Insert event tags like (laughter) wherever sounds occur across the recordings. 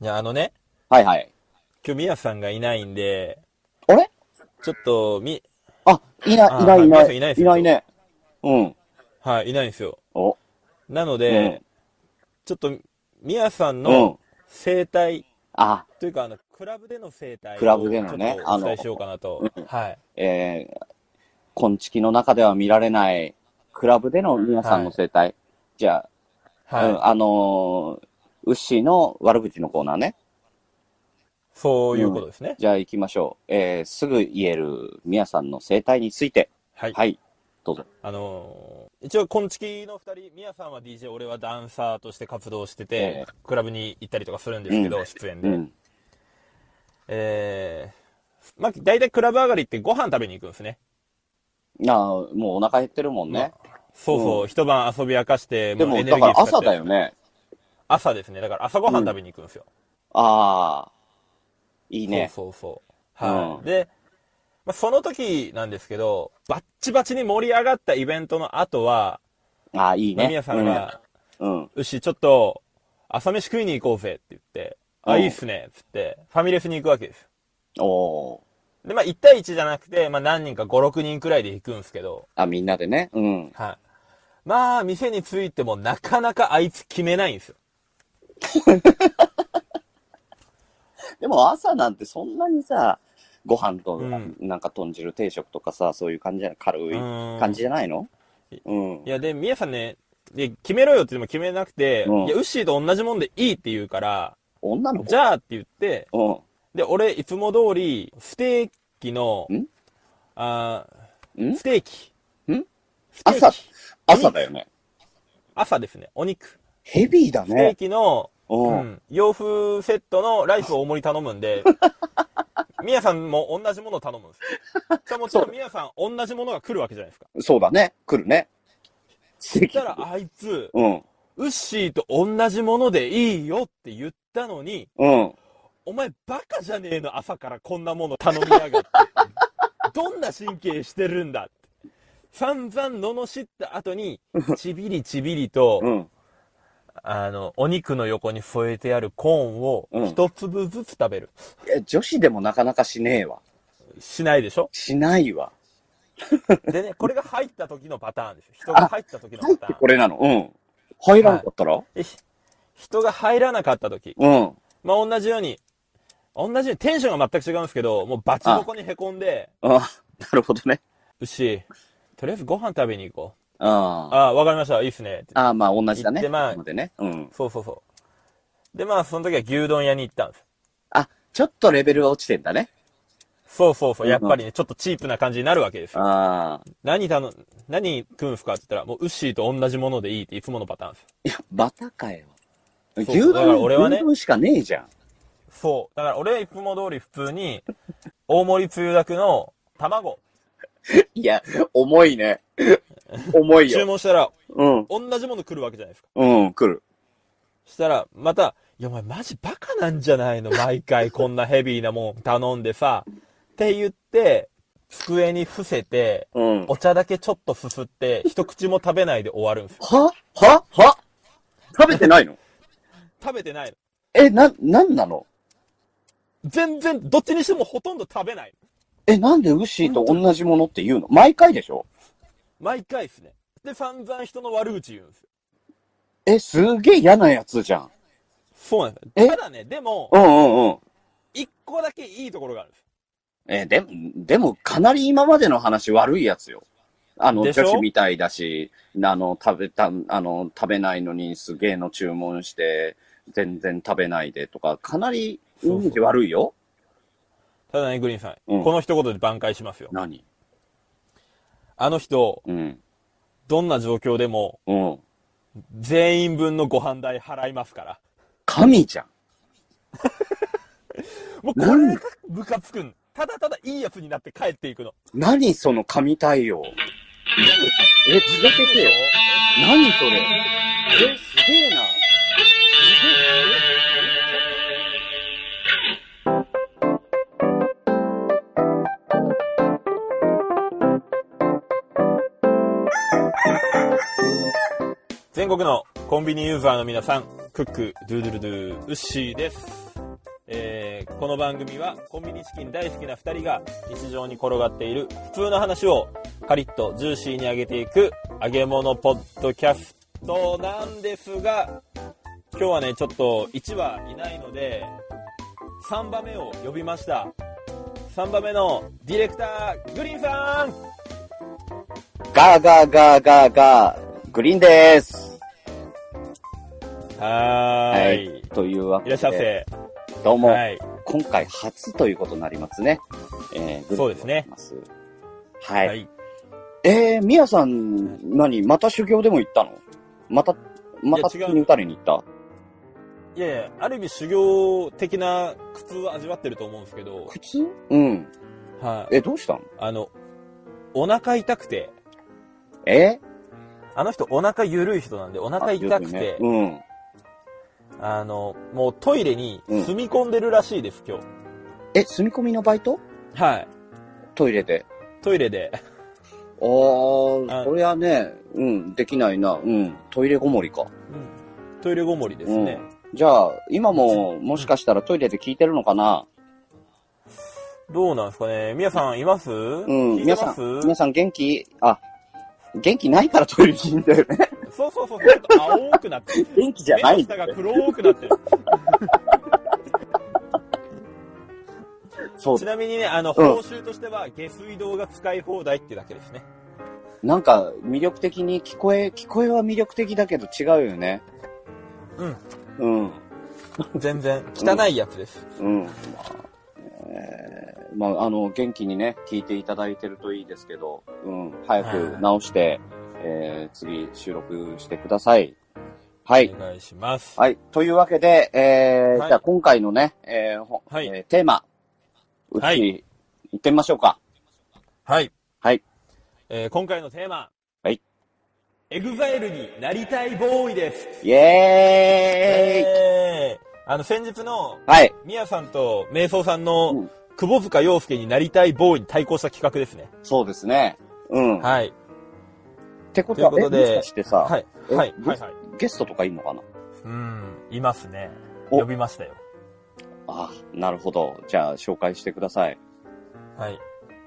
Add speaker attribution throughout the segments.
Speaker 1: じゃあ、あのね、
Speaker 2: はいはい。
Speaker 1: 今日宮さんがいないんで、
Speaker 2: あれ
Speaker 1: ちょっと、み、
Speaker 2: あ、いな
Speaker 1: あ
Speaker 2: い、いな
Speaker 1: 皆
Speaker 2: い、いな
Speaker 1: さん
Speaker 2: い。
Speaker 1: いないです
Speaker 2: い
Speaker 1: よ
Speaker 2: ないね。うん。
Speaker 1: はい、いないんですよ。
Speaker 2: お、
Speaker 1: なの
Speaker 2: う
Speaker 1: で
Speaker 2: ん、
Speaker 1: ちょっと、宮さん
Speaker 2: う
Speaker 1: の
Speaker 2: ん。
Speaker 1: 生態、
Speaker 2: あ、
Speaker 1: というか、あの、クラブでの生態を
Speaker 2: クラブでのね
Speaker 1: ちょっとお伝えしようかなと。
Speaker 2: あの
Speaker 1: はい。
Speaker 2: えー、昆虫の中では見られない、クラブでの皆さんの生態。じゃあ、
Speaker 1: はい。
Speaker 2: うん、あのー、牛の悪口のコーナーね。
Speaker 1: そういうことですね。
Speaker 2: じゃあ行きましょう。えー、すぐ言える皆さんの生態について。
Speaker 1: はい。
Speaker 2: はい、どうぞ。
Speaker 1: あのー一応、昆虫の二人、宮さんは DJ、俺はダンサーとして活動して
Speaker 2: え
Speaker 1: て、クラブに行ったりとかするんですけど、出演
Speaker 2: う
Speaker 1: で。
Speaker 2: ん。
Speaker 1: えー、まあ、大体クラブ上がりってご飯食べに行くんですね。
Speaker 2: なあ、もうお腹減ってるもんね。
Speaker 1: そうそう、
Speaker 2: う
Speaker 1: 一晩遊び明かして、
Speaker 2: で
Speaker 1: う
Speaker 2: も、
Speaker 1: エネ
Speaker 2: だ
Speaker 1: ルギ
Speaker 2: か
Speaker 1: ー
Speaker 2: ら
Speaker 1: 使
Speaker 2: 朝
Speaker 1: って
Speaker 2: だよ。ね。
Speaker 1: 朝ですね。だから朝ごはん食べに行くんですよ。
Speaker 2: ああ、いいね。
Speaker 1: そうそうそう。はい。
Speaker 2: うん
Speaker 1: で、まあ、その時なんですけど、バッチバチに盛り上がったイベントの後は、
Speaker 2: ああ、いい
Speaker 1: まあ
Speaker 2: ね。
Speaker 1: 宮さんが、
Speaker 2: うん。うん。
Speaker 1: 牛ちょっと、朝飯食いに行こうぜって言って、あ、
Speaker 2: うん
Speaker 1: いいっすね、っつって、ファミレスに行くわけです。
Speaker 2: おー。
Speaker 1: で、まあ、1対1じゃなくて、まあ、何人か5、6人くらいで行くんですけど、
Speaker 2: あ、みんなでね。うん。
Speaker 1: はい。まあ、店に着いてもなかなかあいつ決めないんですよ。
Speaker 2: でも朝なんてそんなにさ、ご飯と
Speaker 1: うん
Speaker 2: なんか豚汁定食とかさ、そういう感じじゃない軽い
Speaker 1: うん
Speaker 2: 感じじゃないのうん
Speaker 1: い。や、で、皆さんね、で、決めろよって言っても決めなくて、
Speaker 2: うん
Speaker 1: いや、ウッシーと同じもんでいいって言うから、
Speaker 2: 女の子
Speaker 1: じゃあって言って、
Speaker 2: うん。
Speaker 1: で、俺、いつも通り、ステーキの
Speaker 2: ん、
Speaker 1: あー
Speaker 2: ん
Speaker 1: ステーキ。
Speaker 2: ん
Speaker 1: ステーキ
Speaker 2: 朝朝だよね。
Speaker 1: 朝ですね、お肉。
Speaker 2: ヘビーだ
Speaker 1: ステー
Speaker 2: ね。
Speaker 1: キの、
Speaker 2: う。
Speaker 1: うんん、洋風セットのライス大盛り頼むん
Speaker 2: (laughs)
Speaker 1: で、みやさんも同じもの頼むんですよ。もちろんみやさん同じものが来るわけじゃないですか。
Speaker 2: そうだね。来るね。素
Speaker 1: そし
Speaker 2: 敵
Speaker 1: た。らあいつ、
Speaker 2: うん。
Speaker 1: ウッシーと同じものでいいよって言ったのに、
Speaker 2: うん。
Speaker 1: お前バカじゃねえの朝からこんなもの頼みやがって。どんな神経してるんだって。散々罵った後に、ちびりちびりと、
Speaker 2: うん。
Speaker 1: あの、お肉の横に添えてあるコーンを
Speaker 2: うん
Speaker 1: 一粒ずつ食べる。
Speaker 2: え、女子でもなかなかしねえわ。
Speaker 1: しないでしょ
Speaker 2: しないわ。
Speaker 1: でね、これが入った時のパターンですよ。人が入った時の
Speaker 2: 入っ
Speaker 1: パタ
Speaker 2: て
Speaker 1: ーン
Speaker 2: これなのうん。入らんかったら、
Speaker 1: で。ひ人が入らなかった時。
Speaker 2: うん。
Speaker 1: まあ、同じように、同じようにテンションが全く違うんですけど、もうバチボコにへこんで、
Speaker 2: あ、なるほどね。
Speaker 1: 牛、とりあえずご飯食べに行こ
Speaker 2: あ
Speaker 1: う。
Speaker 2: あ。
Speaker 1: ああ、わかりました。いいっすね。って
Speaker 2: ああ、まあ同じだね。
Speaker 1: 行ってまあ
Speaker 2: ここでね。うん。
Speaker 1: そうそうそう。で、まあ、その時は牛丼屋に行ったんです。
Speaker 2: あ、ちょっとレベルが落ちてんだね。
Speaker 1: そうそうそう。やっぱりね、ちょっとチープな感じになるわけですよ。
Speaker 2: ああ。
Speaker 1: 何頼む、何食うんすかって言ったら、もうウッシーと同じものでいいっていつものパターンです。
Speaker 2: いや、バタかよ。
Speaker 1: そう
Speaker 2: 牛
Speaker 1: だから俺は
Speaker 2: 丼、
Speaker 1: ね
Speaker 2: 牛丼しかねえじゃん。
Speaker 1: そう。だから俺はいつも通り普通に、大盛りつゆだくの卵、
Speaker 2: いや、重いね。重い
Speaker 1: 注
Speaker 2: よ。
Speaker 1: 文したら、
Speaker 2: うん。
Speaker 1: 同じもの来るわけじゃないですか。
Speaker 2: うん、来る。
Speaker 1: したら、また、いやお前マジバカなんじゃないの毎回こんなヘビーなもん頼んでさ。って言って、机に伏せて、
Speaker 2: うん。は
Speaker 1: お茶だけちょっとすすって、一口も食べないで終わるんですよ。
Speaker 2: はは食べてないの
Speaker 1: 食べてない
Speaker 2: え、な、なんなの
Speaker 1: の。全然、どっちにしてもほとんど食べない。
Speaker 2: え、なんでウッシーと同じものって言うの毎回でしょ
Speaker 1: 毎回ですね。で、散々人の悪口言うんですよ。
Speaker 2: え、すげえ嫌なやつじゃん。
Speaker 1: そうなんです
Speaker 2: え
Speaker 1: よ。ただね、でも、
Speaker 2: うんうんうん。
Speaker 1: 一個だけいいところがあるんですよ。
Speaker 2: え、でも、でもかなり今までの話悪いやつよ。あの、
Speaker 1: でしょ
Speaker 2: 女子みたいだし、あの、食べた、あの、食べないのにすげえの注文して、全然食べないでとか、かなりイメージ悪いよ。
Speaker 1: ただね、グリーンさん。
Speaker 2: うん
Speaker 1: この一言で挽回しますよ。
Speaker 2: 何
Speaker 1: あの人、
Speaker 2: うん。
Speaker 1: どんな状況でも、
Speaker 2: うん。
Speaker 1: 全員分のご飯代払いますから。
Speaker 2: 神じゃん。
Speaker 1: もうこれがムカつくん。ただただいいやつになって帰っていくの。
Speaker 2: 何その神対応。え、続けてよ。何それ。え、すげえな。
Speaker 1: 全国のコンビニユーザーの皆さん、クック、ドゥードゥルドゥ、ウッシーです。えーこの番組はコンビニチキン大好きな2人が日常に転がっている普通の話をカリッとジューシーに揚げていく揚げ物ポッドキャストなんですが今日はねちょっと1話いないので3番目を呼びました3番目のディレクターグリーンさん
Speaker 2: ガーガーガーガーガー、グリーンです。
Speaker 1: はーい、い、
Speaker 2: というわけで。
Speaker 1: らっしゃいませ、
Speaker 2: どうも、
Speaker 1: はい
Speaker 2: 今回初ということになりますね。えー、
Speaker 1: そうですね
Speaker 2: グリーンでございます。はい。
Speaker 1: はい
Speaker 2: えー、みやさん、何また修行でも行ったのまた、また
Speaker 1: いや違う
Speaker 2: に打たれに行った
Speaker 1: いやいやある意味修行的な苦痛は味わってると思うんですけど、
Speaker 2: 苦痛うん。
Speaker 1: はい、
Speaker 2: え、どうしたの
Speaker 1: あのお腹痛くて
Speaker 2: え
Speaker 1: あの人お腹ゆるい人なんでお腹痛くてあ,、
Speaker 2: ね、うん。
Speaker 1: のもうトイレに住み込んでるらしいです、今日
Speaker 2: え、住み込みのバイト
Speaker 1: はい
Speaker 2: トイレで。
Speaker 1: トイレで
Speaker 2: あー、
Speaker 1: あ
Speaker 2: そりゃね、うん、できないな。うん、トイレごもりか。
Speaker 1: トイレごもりですね、
Speaker 2: じゃあ、今も、もしかしたらトイレで聞いてるのかな
Speaker 1: どうなんですかね皆さんいます
Speaker 2: う
Speaker 1: 聞
Speaker 2: ん、
Speaker 1: いて
Speaker 2: 皆
Speaker 1: ま
Speaker 2: さ
Speaker 1: す
Speaker 2: ん、皆さん元気あ、元気ないからトイレにいいんだよね。
Speaker 1: そうそうそうちょっと青くなってる
Speaker 2: 元気じゃ
Speaker 1: 目
Speaker 2: ない
Speaker 1: の
Speaker 2: んだ
Speaker 1: 下
Speaker 2: よ
Speaker 1: が黒くなってる
Speaker 2: そう
Speaker 1: ち。なみにね、あの、
Speaker 2: うん
Speaker 1: 報酬としては、下水道が使い放題ってだけですね。
Speaker 2: なんか、魅力的に聞こえ、聞こえは魅力的だけど違うよね。
Speaker 1: うん。
Speaker 2: うん。
Speaker 1: 全然。汚いやつです。
Speaker 2: うん。まあ、えーまあ、あの、元気にね、聞いていただいてるといいですけど、うん。早く直して、えー、次収録してください。はい
Speaker 1: お。願いします。
Speaker 2: はい。というわけで、えー
Speaker 1: はい
Speaker 2: じゃあ今回のね、えーほ
Speaker 1: はい
Speaker 2: えーテーマ、うち、
Speaker 1: はい
Speaker 2: い、行ってみましょうか。
Speaker 1: はい。
Speaker 2: はい。
Speaker 1: えー今回のテーマ。
Speaker 2: はい。
Speaker 1: エグザイルになりたいボーイです。
Speaker 2: イエーイ、
Speaker 1: えー、あの、先日の、
Speaker 2: はい。
Speaker 1: ミヤさんと、瞑想さん
Speaker 2: う
Speaker 1: の
Speaker 2: ん、
Speaker 1: 久保塚洋介になりたいボーイに対抗した企画ですね。
Speaker 2: そうですね。うん。
Speaker 1: はい。
Speaker 2: ってことは、
Speaker 1: ということで
Speaker 2: えもしかしてさ、
Speaker 1: はい。
Speaker 2: え
Speaker 1: はい。
Speaker 2: ゲ
Speaker 1: はい。
Speaker 2: ス
Speaker 1: はい。
Speaker 2: ゲストとかいんのかな
Speaker 1: うん、いますね。
Speaker 2: お
Speaker 1: 呼びましたよ。
Speaker 2: ああ、なるほど。じゃあ、紹介してください。
Speaker 1: はい。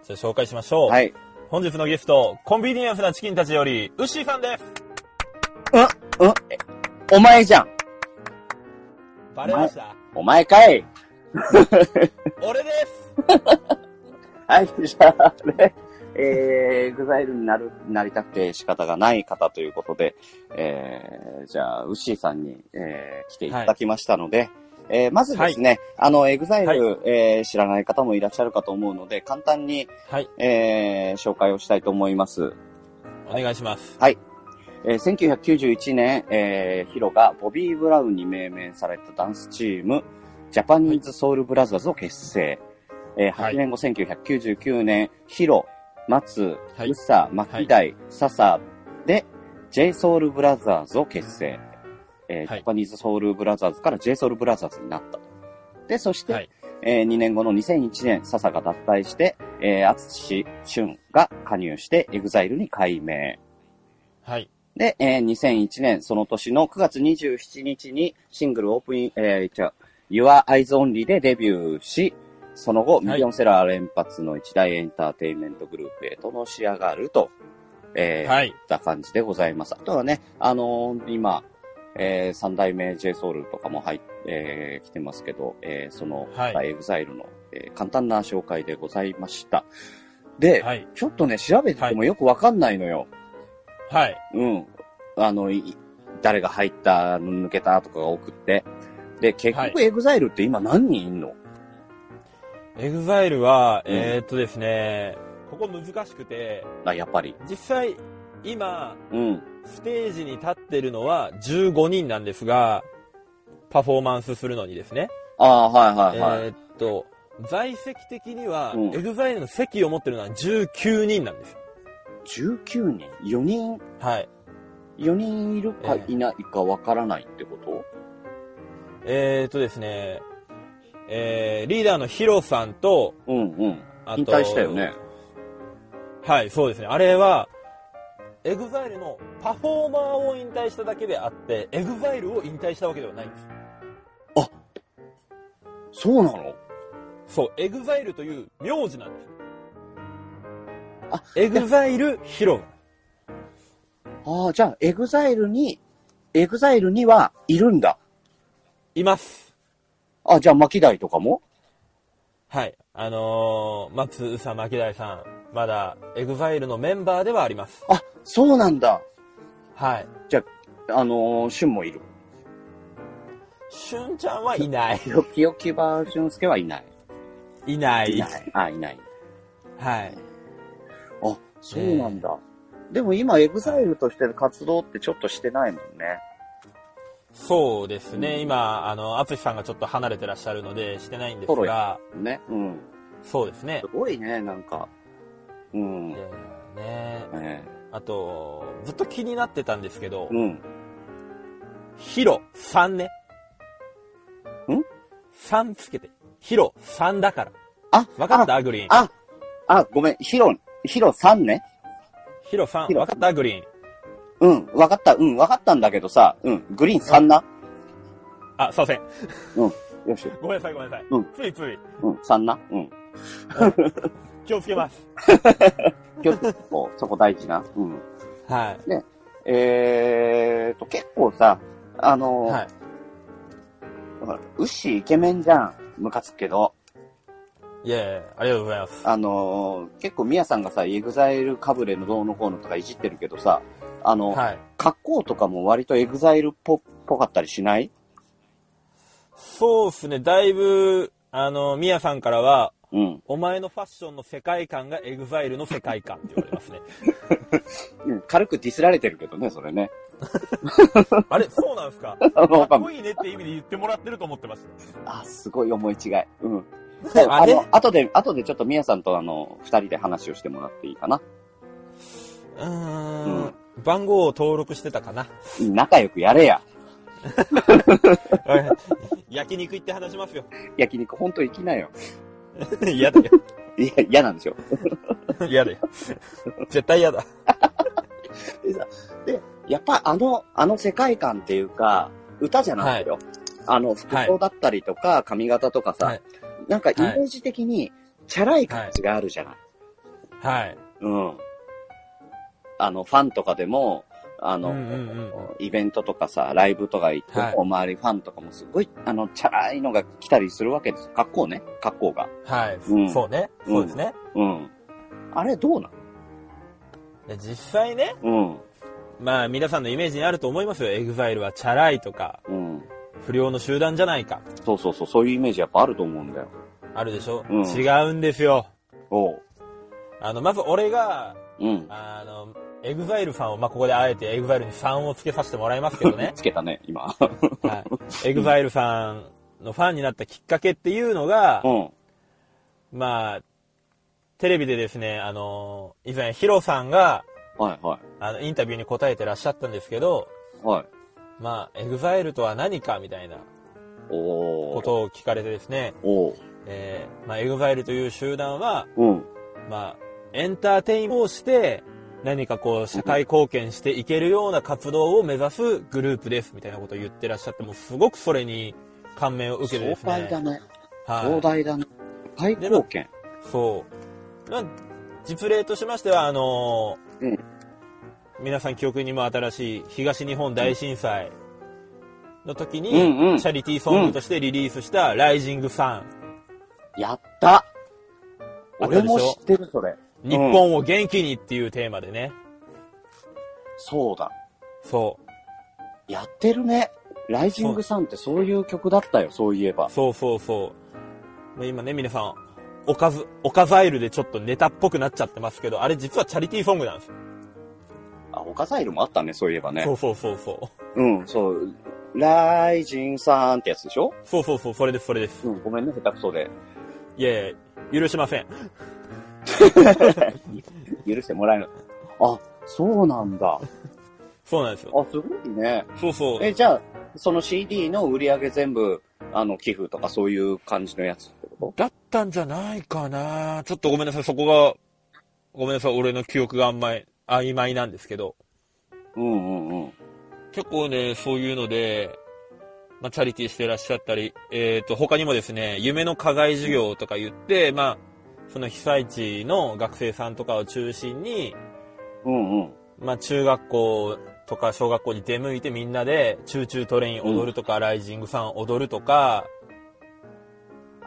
Speaker 1: じゃあ紹介しましょう。
Speaker 2: はい。
Speaker 1: 本日のゲスト、コンビニエンスなチキンたちより、ウッシーさんです。
Speaker 2: うん、えお前じゃん
Speaker 1: バレました。
Speaker 2: お前かい
Speaker 1: 俺です。
Speaker 2: はい、じゃあね、えー、グザイルになる、なりたくて仕方がない方ということで、えー、じゃあ、ウッシーさんに、えー、来ていただきましたので、えー、まずですね、あの、エグザイル、
Speaker 1: はい
Speaker 2: えー、知らない方もいらっしゃるかと思うので、簡単に、
Speaker 1: はい、
Speaker 2: えー、紹介をしたいと思います。
Speaker 1: お願いします。
Speaker 2: えー、1991年、えー、ヒロがボビー・ブラウンに命名されたダンスチーム、ジャパニーズ・ソウル・ブラザーズを結成。えー、
Speaker 1: はい
Speaker 2: 8年後、1999年、ヒロ、松、
Speaker 1: はい
Speaker 2: ウサ、マキダイ、ササで、J ソウル・ブラザーズを結成。えー
Speaker 1: はい
Speaker 2: ジャパニーズ・ソウル・ブラザーズから J ソウル・ブラザーズになったと。で、そして、
Speaker 1: はい
Speaker 2: え2年後の2001年、笹が脱退して、えー、淳俊が加入して、EXILE に改名。
Speaker 1: はい。
Speaker 2: で、えー2001年、その年の9月27日にシングルオープン、えー、違う、Your Eyes Only でデビューし、その後、
Speaker 1: い
Speaker 2: ミリオンセラー連発の一大エンターテインメントグループへとのし上がると、えー、い、
Speaker 1: はい。
Speaker 2: った感じでございます。あとはね、あのー今、えー三代目 JSOUL とかも入っえー来てますけど、えーその、
Speaker 1: はい
Speaker 2: エグザイルの、えー簡単な紹介でございました。で、
Speaker 1: はい。
Speaker 2: ちょっとね、調べてもよくわかんないのよ。
Speaker 1: はい。
Speaker 2: うん。あの、い誰が入った、抜けたとかが送って。で、結
Speaker 1: はい
Speaker 2: 局エグザイルって今何人いんの、
Speaker 1: エグザイルは、
Speaker 2: うん
Speaker 1: えー、っとですね、ここ難しくて、
Speaker 2: あ、やっぱり。
Speaker 1: 実際、今、
Speaker 2: うん。
Speaker 1: ステージに立ってるのは15人なんですが、パフォーマンスするのにですね。
Speaker 2: あーはいはいはい。
Speaker 1: えー、っと、在席的には、
Speaker 2: うん
Speaker 1: エグザイルの席を持ってるのは19人なんですよ。
Speaker 2: 19人 ?4 人
Speaker 1: はい。
Speaker 2: 4人いるか
Speaker 1: ええ
Speaker 2: いないかわからないってこと、
Speaker 1: えー、とですね、えー、リーダーのヒロさんと、
Speaker 2: うんうん。
Speaker 1: あと、
Speaker 2: 引退したよね。。
Speaker 1: はい、そうですね。あれは、エグザイルのパフォーマーを引退しただけであって、エグザイルを引退したわけではないんです。
Speaker 2: そうなの
Speaker 1: そう、エグザイルという名字なんですよ。
Speaker 2: あ、
Speaker 1: エグザイルヒロム。
Speaker 2: ああ、じゃあ、エグザイルに、エグザイルにはいるんだ。
Speaker 1: います。
Speaker 2: あ、じゃあ、巻貝とかも
Speaker 1: はい。あのー、松宇佐巻大さん、まだエグザイルのメンバーではあります。
Speaker 2: あ、そうなんだ。
Speaker 1: はい。
Speaker 2: じゃあ、あのー、シュンもいる。
Speaker 1: しゅんちゃんはいない。
Speaker 2: よきよきば俊介はいない。
Speaker 1: い (laughs) ない。
Speaker 2: (laughs) い。あ、いない。
Speaker 1: はい。
Speaker 2: あ、そうなんだ。でも今、エグザイルとしての活動ってちょっとしてないもんね。
Speaker 1: そうですね。今、あの、淳さんがちょっと離れてらっしゃるので、してないんです
Speaker 2: ソロ
Speaker 1: が、
Speaker 2: ね。うん。
Speaker 1: そうですね
Speaker 2: す。ごいね、なんか。うん。
Speaker 1: い
Speaker 2: ね
Speaker 1: やいやね、
Speaker 2: え
Speaker 1: あと、ずっと気になってたんですけど、
Speaker 2: うん。
Speaker 1: ヒロ3ね。
Speaker 2: ん
Speaker 1: ?3 つけて。ヒロ3だから。
Speaker 2: あ、
Speaker 1: わかったアグリーン。
Speaker 2: あ、あ、ごめん、ヒロ、ヒロさんね。
Speaker 1: ヒロ3、
Speaker 2: ヒロ
Speaker 1: わかったアグリーン。
Speaker 2: うん、わかった、うん、わかったんだけどさ、うん、グリーン3な。
Speaker 1: あ、すいません。
Speaker 2: よし、
Speaker 1: ごめんなさい、ごめんなさい。
Speaker 2: うん
Speaker 1: ついつい。
Speaker 2: うん、3な。うん。
Speaker 1: 気をつけます。
Speaker 2: 今日、こ (laughs) うそこ大事な。うん。
Speaker 1: はい。
Speaker 2: えーと、結構さ、あのー、
Speaker 1: はい。
Speaker 2: ほらウッシーイケメンじゃん。ムカつくけど。
Speaker 1: いやいや、ありがとうございます。
Speaker 2: あのー、結構ミヤさんがさ、エグザイルかぶれのどうのこうのとかいじってるけどさ、あの、
Speaker 1: はい。
Speaker 2: 格好とかも割とエグザイルっぽぽかったりしない
Speaker 1: そうっすね、だいぶ、あの、ミヤさんからは、
Speaker 2: うん。
Speaker 1: お前のファッションの世界観がエグザイルの世界観って言われます
Speaker 2: (laughs)
Speaker 1: ね。
Speaker 2: うん軽くディスられてるけどね、それね。
Speaker 1: あれそうなんですかか
Speaker 2: わ
Speaker 1: っ
Speaker 2: かんな
Speaker 1: こ
Speaker 2: い
Speaker 1: いいねって意味で言ってもらってると思ってまし
Speaker 2: あ、すごい思い違い。うん。
Speaker 1: た。
Speaker 2: あ
Speaker 1: あれ
Speaker 2: の、後で、後でちょっとミヤさんとあの、二人で話をしてもらっていいかな。
Speaker 1: うーん。番号を登録してたか
Speaker 2: (laughs)
Speaker 1: な。
Speaker 2: うん仲良くやれや。
Speaker 1: 焼肉行って話しますよ。 (laughs)
Speaker 2: 焼肉ほんと行きなよ。
Speaker 1: 嫌だよ。
Speaker 2: いや、嫌なんでしょ。
Speaker 1: 嫌だよ。絶対嫌だ。
Speaker 2: でさで、やっぱあの、あの世界観っていうか、歌じゃないよ。あの、服装だったりとか、髪型とかさ、
Speaker 1: はい
Speaker 2: なんかイメージ的に、チャラい感じがあるじゃない。
Speaker 1: はい。
Speaker 2: うん。あの、ファンとかでも、あの、
Speaker 1: うんうんうん
Speaker 2: イベントとかさ、ライブとか行っても、
Speaker 1: はい
Speaker 2: 周りファンとかもすごい、あの、チャラいのが来たりするわけですよ。格好ね。格好が。
Speaker 1: はい。
Speaker 2: うん
Speaker 1: そうね。そうですね。
Speaker 2: うん。あれどうな
Speaker 1: で実際ね、
Speaker 2: の
Speaker 1: まあ皆さんのイメージにあると思いますよ。エグザイルはチャラいとか、
Speaker 2: うん。うん。
Speaker 1: 不良の集団じゃないか。
Speaker 2: そうそうそう、そういうイメージやっぱあると思うんだよ。
Speaker 1: あるでしょ、
Speaker 2: うん
Speaker 1: 違うんですよ。
Speaker 2: おう。
Speaker 1: あの、まず俺が、
Speaker 2: うん。
Speaker 1: あの、エグザイルさんを、まあ、ここであえてエグザイルに3をつけさせてもらいますけどね
Speaker 2: (laughs) 。つけたね、
Speaker 1: (laughs)
Speaker 2: 今。
Speaker 1: はい。エグザイルさんのファンになったきっかけっていうのが
Speaker 2: う、ん。
Speaker 1: まあ、テレビでですね、あの、以前ヒロさんが、
Speaker 2: はいは
Speaker 1: あの、インタビューに答えてらっしゃったんですけど、
Speaker 2: い。はい。
Speaker 1: まあ、エグザイルとは何かみたいな
Speaker 2: お
Speaker 1: こ
Speaker 2: ー。
Speaker 1: とを聞かれてですね、
Speaker 2: おう。
Speaker 1: えー、まあ、エグザイルという集団は、
Speaker 2: うん。
Speaker 1: まあ、エンターテインメントをして、何かこう、社会貢献していけるような活動を目指すグループです、みたいなことを言ってらっしゃって、もうすごくそれに感銘を受けて
Speaker 2: 壮
Speaker 1: ですね。
Speaker 2: 大だね。
Speaker 1: は
Speaker 2: 壮
Speaker 1: い。
Speaker 2: 大だね。大貢献。
Speaker 1: そう。まあ、実例としましては、あのー
Speaker 2: うん皆
Speaker 1: 皆さん記憶にも新しい東日本大震災の時に、
Speaker 2: うんうん
Speaker 1: チャリティーソングとしてリリースした「ライジングサン
Speaker 2: やっ
Speaker 1: あ
Speaker 2: た
Speaker 1: った
Speaker 2: 俺
Speaker 1: でしょ
Speaker 2: も知ってる、それ。
Speaker 1: 日本を元気に」っていうテーマでね、
Speaker 2: そうだ。
Speaker 1: そ
Speaker 2: やってるね。ライジングさんってそういう曲だったよ、そういえば
Speaker 1: う。そうそうそうで今ね皆さんおかずおかザイルでちょっとネタっぽくなっちゃってますけどあれ実はチャリティーソングなんですよ、
Speaker 2: あ、オカザイルもあったね、そういえばね
Speaker 1: そ。うそうそうそう
Speaker 2: うん、そう。ライジンさんってやつでしょ
Speaker 1: そうそうそうそれですそれです
Speaker 2: うん、ごめんね、下手くそで。
Speaker 1: いやいや許しません
Speaker 2: 許してもらえる。あ、そうなんだ。あ、
Speaker 1: そうなんですよ
Speaker 2: すごいね。
Speaker 1: そうそう
Speaker 2: え、じゃあ、その CD の売り上げ全部、あの、寄付とかそういう感じのやつってこ
Speaker 1: だったんじゃないかなちょっとごめんなさい、そこが、ごめんなさい、俺の記憶があんまり曖昧なんですけど、
Speaker 2: とうんうんうん。
Speaker 1: 結構ね、そういうので、まあ、チャリティーしてらっしゃったり、えっ、と、他にもですね、夢の課外授業とか言って、まあ、その被災地の学生さんとかを中心に、
Speaker 2: うんうん。
Speaker 1: まあ、中学校とか小学校に出向いてみんなで、チューチュートレイン踊るとか、ライジングさん踊るとか、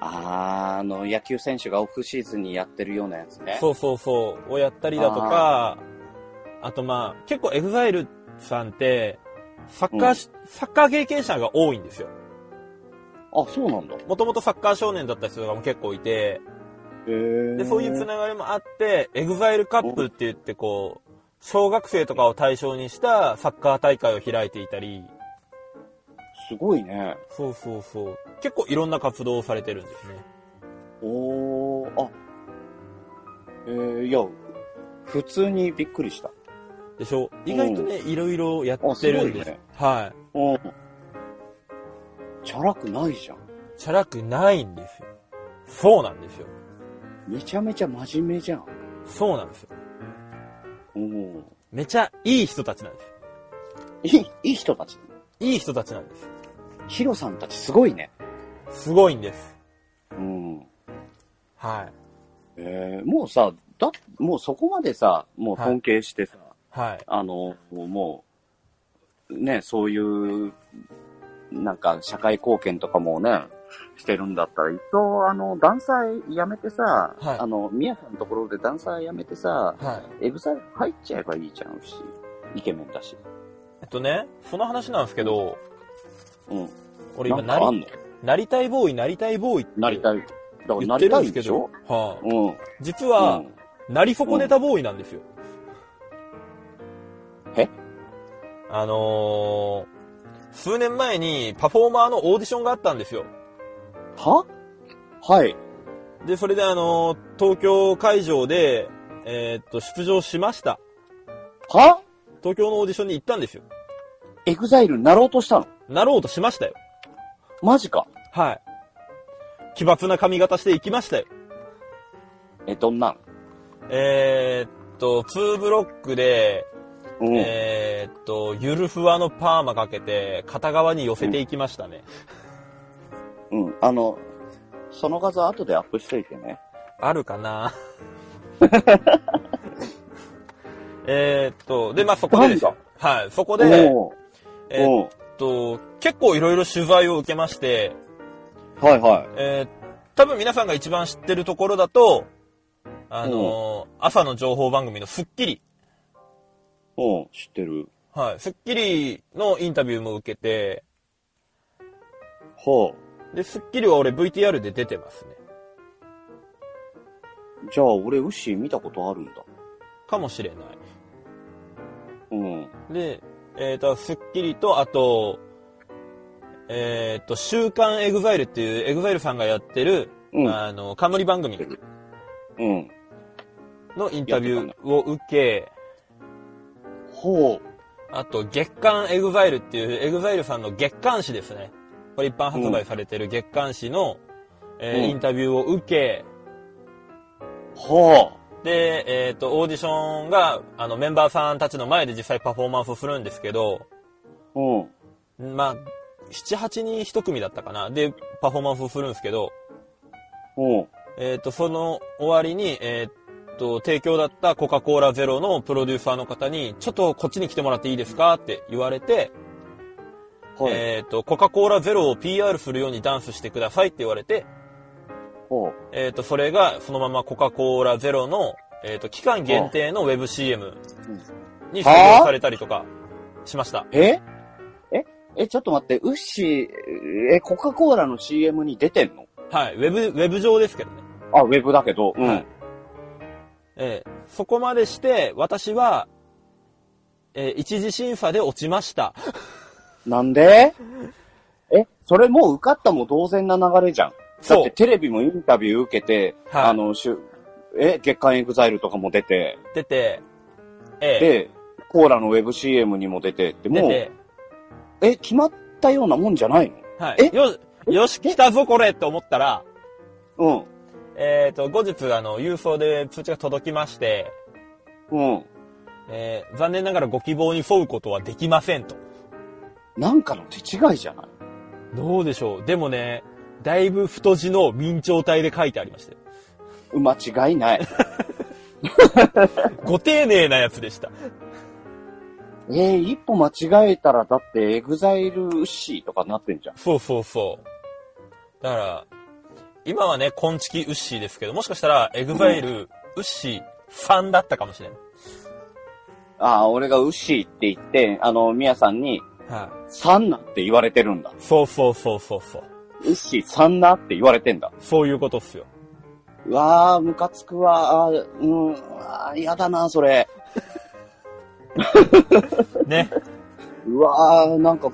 Speaker 2: あー、あの、野球選手がオフシーズンにやってるようなやつね。
Speaker 1: そうそうそう、をやったりだとか、あとまあ、結構 EXILE さんって、サッカーし、サッカー経験者が多いんですよ。
Speaker 2: あ、そうなんだ。へ
Speaker 1: もともとサッカー少年だった人とかも結構いて、
Speaker 2: ー
Speaker 1: で、そういうつながりもあって、EXILE カップって言ってこう、小学生とかを対象にしたサッカー大会を開いていたり、
Speaker 2: すごいね。
Speaker 1: そうそうそう。結構いろんな活動をされてるんですね。
Speaker 2: おー、あ、えー、いや、普通にびっくりした。
Speaker 1: でしょ意外とね、いろいろやってるんで
Speaker 2: あすごい
Speaker 1: す。
Speaker 2: ね
Speaker 1: は
Speaker 2: うん。チャラくないじゃん。
Speaker 1: い。チャラくないんですよ。そうなんですよ。
Speaker 2: めちゃめちゃ真面目じゃん。
Speaker 1: そうなんですよ。
Speaker 2: うん。
Speaker 1: めちゃいい人たちなんです。
Speaker 2: いい、いい人たち。
Speaker 1: いい人たちなんです。
Speaker 2: ヒロさんたちすごいね。
Speaker 1: すごいんです。
Speaker 2: うん。
Speaker 1: はい。
Speaker 2: えー、もうさ、だ、もうそこまでさ、もう
Speaker 1: はい
Speaker 2: 尊敬してさ、
Speaker 1: はい。
Speaker 2: あの、もう、ね、そういう、なんか、社会貢献とかもね、してるんだったら、一応、あの、ダンサーやめてさ、
Speaker 1: はい
Speaker 2: あの、宮さんのところでダンサーやめてさ、
Speaker 1: はい。
Speaker 2: エグザイル入っちゃえばいいじゃん、し、イケメンだし。
Speaker 1: えっとね、その話なんですけど、
Speaker 2: うん。
Speaker 1: 俺今
Speaker 2: な
Speaker 1: なん
Speaker 2: かあ
Speaker 1: り、
Speaker 2: んの
Speaker 1: なりたいボーイ、なりたいボーイって
Speaker 2: なりたい。だから
Speaker 1: 言
Speaker 2: な
Speaker 1: って
Speaker 2: り
Speaker 1: る
Speaker 2: た
Speaker 1: んで
Speaker 2: い
Speaker 1: すけ
Speaker 2: でし
Speaker 1: ど
Speaker 2: ょ、
Speaker 1: は
Speaker 2: う
Speaker 1: い。
Speaker 2: ん。
Speaker 1: 実は、なり損ねたボーイなんですよ。
Speaker 2: え
Speaker 1: あのー、数年前にパフォーマーのオーディションがあったんですよ。
Speaker 2: ははい。
Speaker 1: で、それであのー、東京会場で、えーっと、出場しました。
Speaker 2: は
Speaker 1: 東京のオーディションに行ったんですよ。
Speaker 2: エグザイルになろうとしたの
Speaker 1: なろうとしましたよ。
Speaker 2: マジか。
Speaker 1: はい。奇抜な髪型して行きましたよ。
Speaker 2: え、どんなん
Speaker 1: えーっと、2ブロックで、
Speaker 2: うん。
Speaker 1: えーっと、ゆるふわのパーマかけて、片側に寄せていきましたね。
Speaker 2: うん。あの、その画像後でアップしといてね。
Speaker 1: あるか
Speaker 2: (laughs)
Speaker 1: なえーっと、で、まあ、そこでですよはい、そこで、
Speaker 2: おー
Speaker 1: えーっ
Speaker 2: おー
Speaker 1: と、結構いろいろ取材を受けまして、
Speaker 2: はいはい。
Speaker 1: えー多分皆さんが一番知ってるところだと、あのー朝の情報番組のスッキリ。
Speaker 2: うん、知ってる。
Speaker 1: はい、スッキリのインタビューも受けて、
Speaker 2: はあ。
Speaker 1: で、スッキリは俺 VTR で出てますね。
Speaker 2: じゃあ、俺、ウッシー見たことあるんだ。
Speaker 1: かもしれない。
Speaker 2: うん。
Speaker 1: で、えっ、と、スッキリと、あと、えっ、と、週刊エグザイルっていう、エグザイルさんがやってる、
Speaker 2: うん。
Speaker 1: あの、冠番組
Speaker 2: うん。
Speaker 1: のインタビューを受け、
Speaker 2: ほう。
Speaker 1: あと、月刊エグザイルっていう、エグザイルさんの月刊誌ですね。これ一般発売されてる月刊誌の、えー
Speaker 2: うん
Speaker 1: インタビューを受け、
Speaker 2: は
Speaker 1: で、えっ、と、オーディションが、あの、メンバーさんたちの前で実際パフォーマンスをするんですけど、
Speaker 2: あ。うん。
Speaker 1: まあ、7、8人一組だったかな。で、パフォーマンスをするんですけど、
Speaker 2: うん。
Speaker 1: えっ、と、その終わりに、えっ、と、提供だったコカ・コーラゼロのプロデューサーの方に、ちょっとこっちに来てもらっていいですかって言われて、
Speaker 2: はい。
Speaker 1: えっ、と、コカ・コーラゼロを PR するようにダンスしてくださいって言われて、
Speaker 2: は
Speaker 1: えっ、と、それがそのままコカ・コーラゼロの、えっ、と、期間限定の WebCM に採用されたりとかしました。
Speaker 2: あ。えええ、ちょっと待って、ウッシー、え、コカ・コーラの CM に出てんの
Speaker 1: はい。ウェブ、ウェブ上ですけどね。
Speaker 2: あ、ウェブだけど。う
Speaker 1: はい
Speaker 2: ん。
Speaker 1: えーそこまでして、私は、えー一次審査で落ちました。
Speaker 2: なんでえ、それもう受かったも同然な流れじゃん。だ
Speaker 1: そ
Speaker 2: っ
Speaker 1: う
Speaker 2: てテレビもインタビュー受けて、
Speaker 1: はい
Speaker 2: あの、しゅえ、月刊エグザイルとかも出て、
Speaker 1: 出て、え
Speaker 2: で、コーラのウェブ CM にも出てって、
Speaker 1: ー出
Speaker 2: もう、
Speaker 1: て、
Speaker 2: え、決まったようなもんじゃない
Speaker 1: はい。
Speaker 2: え
Speaker 1: よ、よし、来たぞこれって思ったら、
Speaker 2: の
Speaker 1: えっ、と、後日、あの、郵送で通知が届きまして、
Speaker 2: うん。うん。
Speaker 1: えー残念ながらご希望に沿うことはできませんと。
Speaker 2: なんかの手違いじゃない
Speaker 1: どうでしょう。でもね、だいぶ太字の明朝体で書いてありましたよ。
Speaker 2: 間違いない。 (laughs)
Speaker 1: ご丁寧なやつでした。
Speaker 2: えー、一歩間違えたら、だって、エグザイルウッシーとかなってんじゃん。
Speaker 1: そうそうそう。だから、今はね、コンチキウッシーですけど、もしかしたら、エグザイル、ウッシー、ファンだったかもしれない。
Speaker 2: ああ、俺がウッシーって言って、あの、ミヤさんに、
Speaker 1: は
Speaker 2: サンナって言われてるんだ。
Speaker 1: い。そうそうそうそうそう。
Speaker 2: ウッシー、サンナって言われてんだ。
Speaker 1: そういうことっすよ。
Speaker 2: うわあ、ムカつくわ。あーうん、あーやだな、それ。
Speaker 1: ね。
Speaker 2: うわあ、なんか、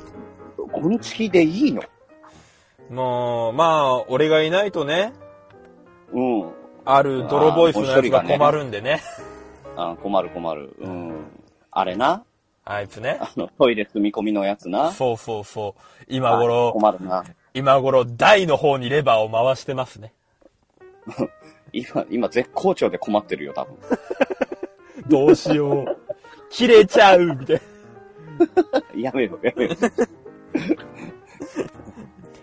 Speaker 2: こんちきでいいの
Speaker 1: もう、まあ、俺がいないとね、
Speaker 2: うん。
Speaker 1: ある泥ボイスのやつが困るんでね。
Speaker 2: あー困る困る。うん。あれな。
Speaker 1: あいつね。
Speaker 2: あの、トイレ積み込みのやつな。
Speaker 1: そうそうそう。今
Speaker 2: あー
Speaker 1: 頃、
Speaker 2: 困るな。
Speaker 1: 今頃、台の方にレバーを回してますね。
Speaker 2: 今、今絶好調で困ってるよ、多分。 (laughs)
Speaker 1: どうしよう。切れちゃうみたい
Speaker 2: やめろ、やめろ。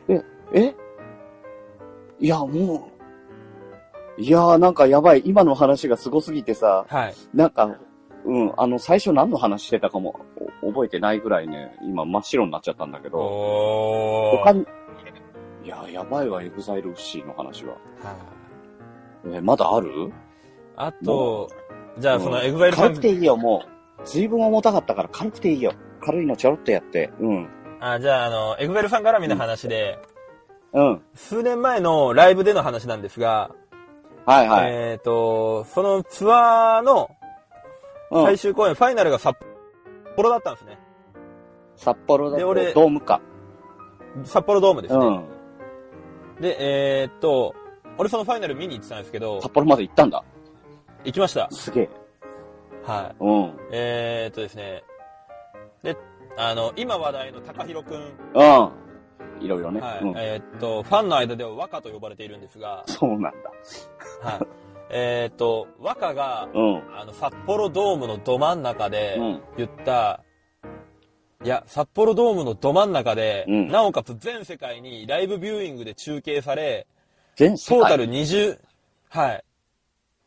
Speaker 2: (laughs) え、えいや、もう。いやー、なんかやばい。今の話がすごすぎてさ、
Speaker 1: な。はい。
Speaker 2: なんか、うん、あの、最初何の話してたかもお覚えてないぐらいね、今真っ白になっちゃったんだけど、
Speaker 1: お
Speaker 2: 他に、いや、やばいわ、エグザイルフシーの話は。えーまだある
Speaker 1: あと、じゃあその
Speaker 2: うん
Speaker 1: エグザイルさ
Speaker 2: 軽
Speaker 1: ん
Speaker 2: く、ていいよ、もう。随分重たかったから軽くていいよ。軽いのちょろっとやって。うん。
Speaker 1: あ、じゃああの、エグザイルさん絡みの話で、
Speaker 2: うん。
Speaker 1: 数年前のライブでの話なんですが、
Speaker 2: はいはい。
Speaker 1: えっ、と、そのツアーの
Speaker 2: うん
Speaker 1: 最終公演、ファイナルが札幌だったんですね。
Speaker 2: 札幌だ
Speaker 1: で
Speaker 2: と
Speaker 1: 俺
Speaker 2: ドームか。
Speaker 1: 札幌ドームです
Speaker 2: う
Speaker 1: ね。
Speaker 2: ん。
Speaker 1: で、えっと、俺そのファイナル見に行ってたんですけど
Speaker 2: 札、幌まで行ったんだ。
Speaker 1: 行きました。
Speaker 2: すげえ。
Speaker 1: はい。
Speaker 2: うん。うん。
Speaker 1: えっとですね。で、あの、今話題の高弘くん、
Speaker 2: いろいろね。
Speaker 1: はい。
Speaker 2: うん。
Speaker 1: えっと、ファンの間では若と呼ばれているんです
Speaker 2: (laughs)
Speaker 1: が、
Speaker 2: そうなんだ。
Speaker 1: はい。えっと、若が、
Speaker 2: うん。
Speaker 1: あの、札幌ドームのど真ん中で
Speaker 2: うん
Speaker 1: 言った、いや、札幌ドームのど真ん中で、
Speaker 2: うん
Speaker 1: なおかつ全世界にライブビューイングで中継され、
Speaker 2: 全世
Speaker 1: ト
Speaker 2: 界
Speaker 1: ータル20、はい。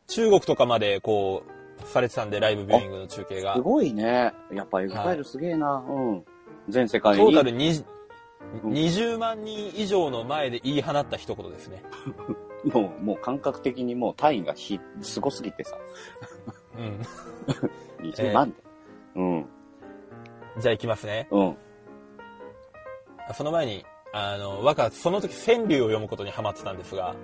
Speaker 1: 中国とかまでこう、されてたんで、ライブビューイングの中継が。
Speaker 2: す
Speaker 1: ト
Speaker 2: ごいね。やっぱエグファイルすげえな。うん。全世界に。
Speaker 1: ータル20
Speaker 2: うん
Speaker 1: 20万人以上の前で言い放った一言ですね。
Speaker 2: もう、もう感覚的にもう単位がひ、すごすぎてさ。
Speaker 1: うん。 (laughs)
Speaker 2: 20万で。うん。
Speaker 1: じゃあ行きますね。
Speaker 2: うん。
Speaker 1: その前に、あの、若、その時川柳を読むことにハマってたんですが、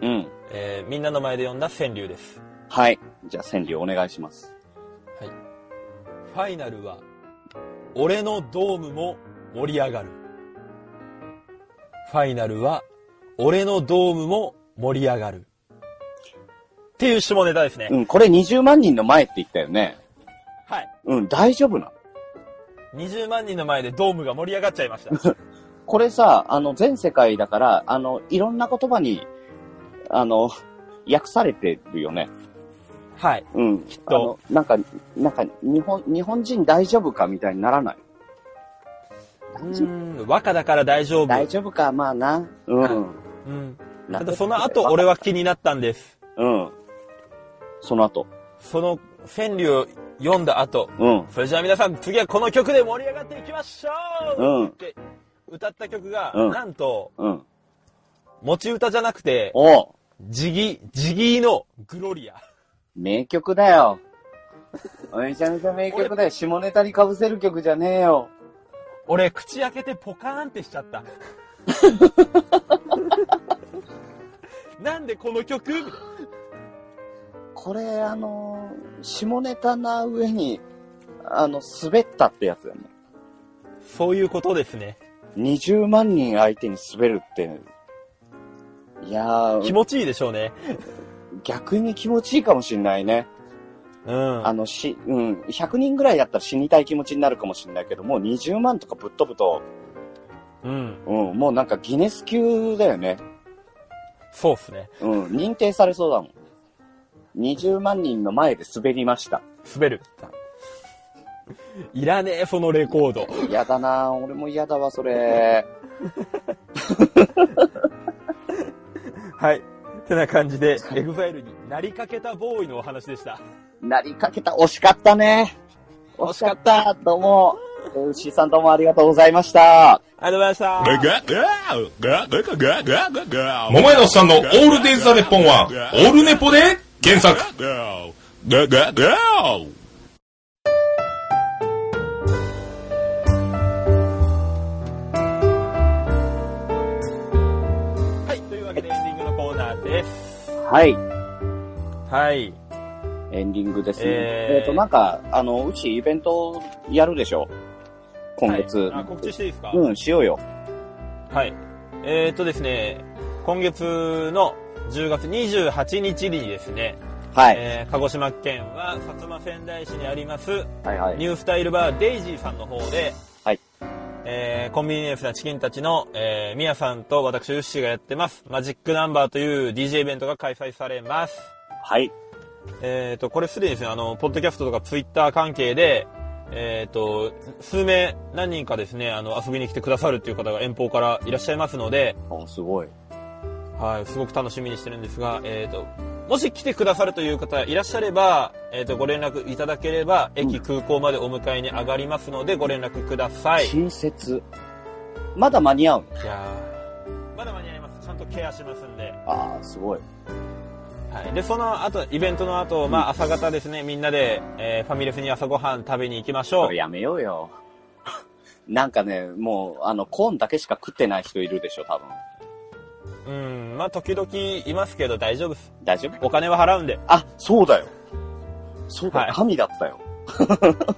Speaker 2: うん。
Speaker 1: えーみんなの前で読んだ川柳です。
Speaker 2: はい。じゃあ、川柳お願いします。
Speaker 1: はい。ファイナルは、俺のドームも盛り上がる。ファイナルは、俺のドームも盛り上がる。っていう下ネタですね。
Speaker 2: うん、これ20万人の前って言ったよね。
Speaker 1: はい。
Speaker 2: うん、大丈夫なの
Speaker 1: 20万人の前でドームが盛り上がっちゃいました。
Speaker 2: (laughs) これさ、あの、全世界だから、あの、いろんな言葉に、あの、訳されてるよね。
Speaker 1: はい。
Speaker 2: うん。きっ
Speaker 1: と。
Speaker 2: なんか、なんか、日本、日本人大丈夫かみたいにならない。
Speaker 1: うーん、若だから大丈夫。
Speaker 2: 大丈夫かまあな。うん。
Speaker 1: うん。
Speaker 2: な
Speaker 1: ただその後、俺は気になったんです。
Speaker 2: うん。その後。
Speaker 1: その川柳を読んだ後、
Speaker 2: うん。
Speaker 1: それじゃあ皆さん、次はこの曲で盛り上がっていきましょう、
Speaker 2: うん
Speaker 1: って歌った曲が、
Speaker 2: うん
Speaker 1: なんと、
Speaker 2: うん。
Speaker 1: 持ち歌じゃなくて、
Speaker 2: おう
Speaker 1: ジギ、ジギーのグロリア。
Speaker 2: 名曲だよ。めちゃめちゃ名曲だよ。下ネタに被せる曲じゃねえよ。
Speaker 1: 俺、口開けてポカーンってしちゃ (laughs) った。なんでこの曲みたいな
Speaker 2: これ、あのー下ネタな上に、あの、滑ったってやつだよね。
Speaker 1: そういうことですね。
Speaker 2: 20万人相手に滑るって、いや
Speaker 1: 気
Speaker 2: ー、
Speaker 1: 持ちいいでしょうね。
Speaker 2: 逆に気持ちいいかもしんないね。
Speaker 1: うん。
Speaker 2: あの、し、うん、100人ぐらいだったら死にたい気持ちになるかもしんないけど、もう20万とかぶっ飛ぶと、
Speaker 1: うん。
Speaker 2: うん、もうなんかギネス級だよね。
Speaker 1: そうっすね。
Speaker 2: うん、認定されそうだもん。20万人の前で滑りました。
Speaker 1: 滑る。いらねえ、そのレコード。
Speaker 2: 嫌だな俺も嫌だわ、それ。
Speaker 1: はい。てな感じで、エグザイルになりかけたボーイのお話でした。
Speaker 2: なりかけた、惜しかったね。惜しかった。どうも。えー牛さんどうもありがとうございました。
Speaker 1: ありがとうございました。
Speaker 3: 桃
Speaker 4: 桃
Speaker 3: 屋
Speaker 4: 屋
Speaker 3: の
Speaker 4: の
Speaker 3: お
Speaker 4: お
Speaker 3: っ
Speaker 4: っさ
Speaker 3: さん
Speaker 4: んの
Speaker 3: のオ
Speaker 4: オ
Speaker 3: ー
Speaker 4: ー
Speaker 3: ル
Speaker 4: ル
Speaker 3: デ
Speaker 4: デ
Speaker 3: イ
Speaker 4: イ
Speaker 3: ズ・
Speaker 4: ズ・
Speaker 3: ザ・
Speaker 4: ザ・
Speaker 3: ネッ
Speaker 4: ネッ
Speaker 3: ポ
Speaker 4: ポ
Speaker 3: ン
Speaker 4: ン
Speaker 3: はオ
Speaker 4: は、オ
Speaker 3: ー
Speaker 4: ー
Speaker 3: ル
Speaker 4: ル
Speaker 3: ネ
Speaker 4: ネ
Speaker 3: ポ
Speaker 4: ポ
Speaker 3: で
Speaker 4: で
Speaker 3: 検
Speaker 4: 検
Speaker 3: 索
Speaker 4: 索。
Speaker 1: はい。というわけでエンディングのコーナーです。
Speaker 2: はい。
Speaker 1: はい。
Speaker 2: エンディングですね。
Speaker 1: え
Speaker 2: え
Speaker 1: ー
Speaker 2: っ、と、なんか、あの、うちイベントやるでしょ今月、
Speaker 1: はいあ告知していいですか、
Speaker 2: うん、しようよ。
Speaker 1: はい。えー、っとですね、今月の10月28日にですね、
Speaker 2: はい。
Speaker 1: えー鹿児島県は薩摩仙台市にあります、
Speaker 2: はいはい。
Speaker 1: ニュースタイルバーデイジーさんの方で、
Speaker 2: はい
Speaker 1: えーコンビニエンスなチキンたちの、えー、ミヤさんと私、ウッシーがやってます、マジックナンバーという DJ イベントが開催されます。
Speaker 2: はい。
Speaker 1: えっ、と、これすでにですね、あの、ポッドキャストとかツイッター関係で、えっ、と、数名、何人かですね、あの、遊びに来てくださるという方が遠方からいらっしゃいますので、
Speaker 2: あ、すごい。
Speaker 1: はい、すごく楽しみにしてるんですが、えっ、と、もし来てくださるという方いらっしゃれば、えっ、と、ご連絡いただければ、駅空港までお迎えに上がりますので、ご連絡ください。い
Speaker 2: 新設。まだ間に合う
Speaker 1: やーまだ間に合います。ちゃんとケアしますんで。
Speaker 2: ああ、すごい。
Speaker 1: はい。で、その後、イベントの後、まあ、朝方ですね、みんなで、えーファミレスに朝ごはん食べに行きましょう
Speaker 2: これ。やめようよ。 (laughs) なんかね、もう、あの、コーンだけしか食ってない人いるでしょ、多分。
Speaker 1: うん、まあ、時々いますけど大丈夫です。
Speaker 2: 大丈夫
Speaker 1: お金は払うんで。
Speaker 2: あ、そうだよ。そうだ、
Speaker 1: はい
Speaker 2: 神だったよ。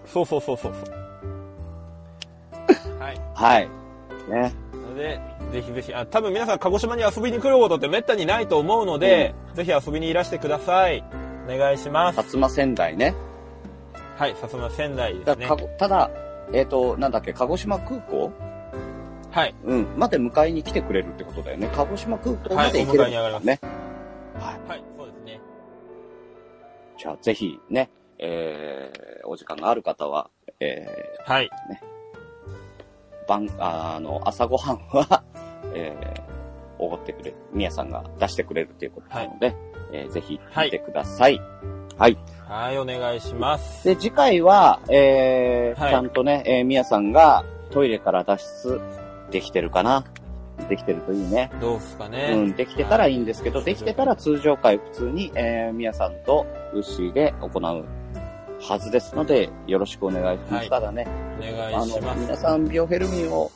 Speaker 1: そうそうそうそうそう。 (laughs) はい。
Speaker 2: はい。ね。
Speaker 1: なので、ぜひぜひ、あ、多分皆さん鹿児島に遊びに来ることってめったにないと思うので、ぜひ遊びにいらしてください。お願いします。
Speaker 2: 薩摩仙台ね。
Speaker 1: はい、薩摩仙台で
Speaker 2: だ
Speaker 1: すね
Speaker 2: か。ごただ、えっ、と、なんだっけ、鹿児島空港
Speaker 1: はい。
Speaker 2: うん。まで迎えに来てくれるってことだよね。鹿児島空港
Speaker 1: は
Speaker 2: ま
Speaker 1: い、
Speaker 2: で
Speaker 1: お
Speaker 2: 行ける
Speaker 1: 迎えに上がります。
Speaker 2: ね。
Speaker 1: はい、そうですね。
Speaker 2: じゃあ、ぜひね、えー、お時間がある方は、え
Speaker 1: はい。
Speaker 2: ー、晩、ああの、朝ごはんは、 (laughs) えー、おごってくれる、みやさんが出してくれるっていうことなので、えーぜひ
Speaker 1: は
Speaker 2: 見
Speaker 1: い
Speaker 2: てください。
Speaker 1: はい、お願いします。
Speaker 2: で、次回は、えー
Speaker 1: はい
Speaker 2: ちゃんとね、えー、みやさんがトイレから脱出できてるかなできてるといいね。
Speaker 1: どうっすかね。
Speaker 2: うん、できてたらいいんですけど、できてたら通常回普通に、えー、みやさんとウッシーで行うはずですので、よろしくお願いします。
Speaker 1: はい
Speaker 2: ただね、
Speaker 1: お
Speaker 2: あ
Speaker 1: 願いし
Speaker 2: の、
Speaker 1: ま
Speaker 2: 皆
Speaker 1: す。
Speaker 2: さん、ビオフェルミンを、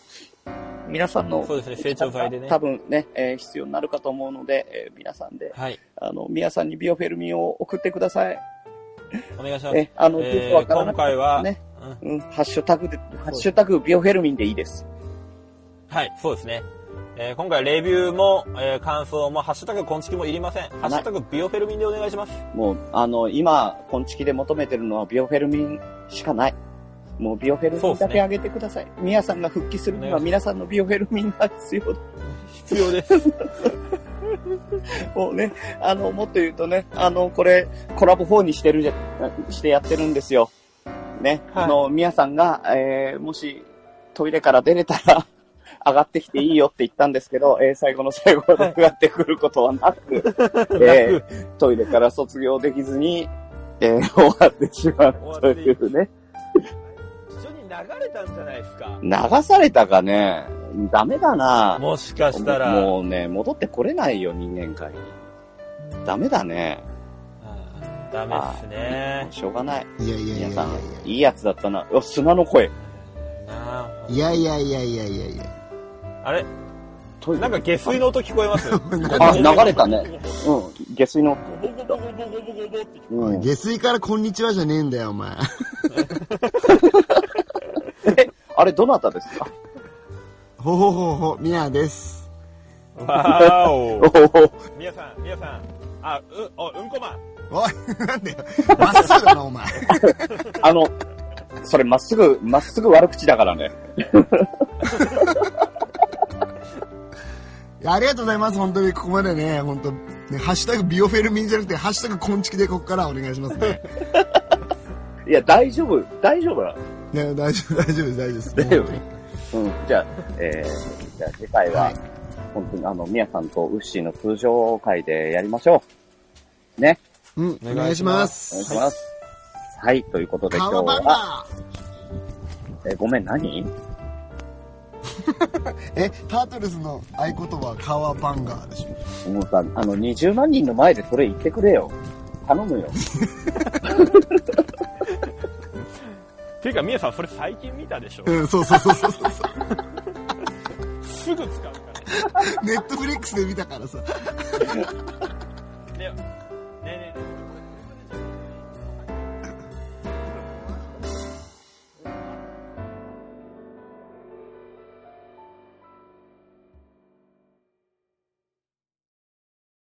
Speaker 2: 皆さんの、
Speaker 1: そうですね、成長剤でね
Speaker 2: 多。分ね、えー必要になるかと思うので、えー皆さんで、
Speaker 1: はい、
Speaker 2: あの、みやさんにビオフェルミンを送ってください。
Speaker 1: お願いします。
Speaker 2: え、あの、
Speaker 1: えー
Speaker 2: ちょっとわからなかっ
Speaker 1: 今
Speaker 2: た
Speaker 1: 回は
Speaker 2: ね。
Speaker 1: うん
Speaker 2: うん、ハッシュタグで、ハッシュタグビオフェルミンでいいです。
Speaker 1: はい、そうですね。えー今回レビューも、えー感想も、ハッシュタグ、こんちきもいりません。ハッシュタグ、ビオフェルミンでお願いし
Speaker 2: (laughs)
Speaker 1: ます。
Speaker 2: もう、あの、今、昆虫で求めてるのはビオフェルミンしかない。もうビオフェルミンだけあげてください。ミヤさんが復帰するには
Speaker 1: ね
Speaker 2: 皆さんのビオフェルミンが必要だ。
Speaker 1: 必要です。
Speaker 2: もうね、あの、もっと言うとね、あの、これ、コラボ4にしてるじゃ、してやってるんですよ。ね、
Speaker 1: はい
Speaker 2: あの、ミヤさんが、えー、もし、トイレから出れたら、 (laughs) 上がってきていいよって言ったんですけど、えー最後の最後まで上がってくることは
Speaker 1: (laughs)
Speaker 2: なく、えー
Speaker 1: 楽
Speaker 2: トイレから卒業できずに、えー終わってしまうというね。
Speaker 1: 一緒に流れたんじゃないですか。
Speaker 2: 流されたかね、ダメだな。
Speaker 1: もしかしたら、
Speaker 2: もうね、戻ってこれないよ、人間界に。ダメだね。
Speaker 1: あーダメっすね。
Speaker 2: しょうがない。
Speaker 5: いやいやい
Speaker 2: 皆
Speaker 5: やい
Speaker 2: さ
Speaker 5: や
Speaker 2: ん、いいやつだったな。うわ砂の声。
Speaker 1: なあ
Speaker 5: いやいやいやいやいやいや
Speaker 1: あれ
Speaker 2: トイレ
Speaker 1: なんか下水の音聞こえ
Speaker 2: (laughs)
Speaker 1: ます
Speaker 2: あ、流れたね。うん、下水の。
Speaker 1: ボコボコボコボコボコボコって聞こ
Speaker 2: うん、
Speaker 5: 下水からこんにちはじゃねえんだよ、お前。
Speaker 2: あれ、どなたですか
Speaker 5: ほほほほ、みやです。
Speaker 1: えわーお
Speaker 2: おお
Speaker 1: みやさん、みやさん。あ、う、お、うんこまん。
Speaker 5: おい、なんだよ。まっすぐだな、お前。
Speaker 2: あの、それまっすぐ、まっすぐ悪口だからね。
Speaker 5: いやありがとうございます、本当にここまでね、本当ね、ハッシュタグビオフェルミンじゃなくて、ハッシュタグコンチキでここからお願いしますね。
Speaker 2: いや、大丈夫、大丈夫だ。
Speaker 5: ね、大丈夫、大丈夫です、大丈夫です。
Speaker 2: だよねうん、じゃあ、えーじゃあ次回は、本当にあの、みやさんとウッシーの通常会でやりましょう。ね。
Speaker 5: うん、お願いします。
Speaker 2: お願いします。はい、ということで今
Speaker 5: カ
Speaker 2: 日
Speaker 5: ワバン
Speaker 2: は、
Speaker 5: ダ
Speaker 2: え、ごめん、何
Speaker 5: ーえ、タートルズの合言葉はカワバンガーでしょ。
Speaker 2: もうさ、あの、20万人の前でそれ言ってくれよ。頼むよ。
Speaker 1: ていうか、みやさん、それ最近見たでしょ
Speaker 5: うん、そうそうそう (laughs) そうそう。
Speaker 1: すぐ使うか
Speaker 5: ネットフリックスで見たからさ。
Speaker 1: らね。で、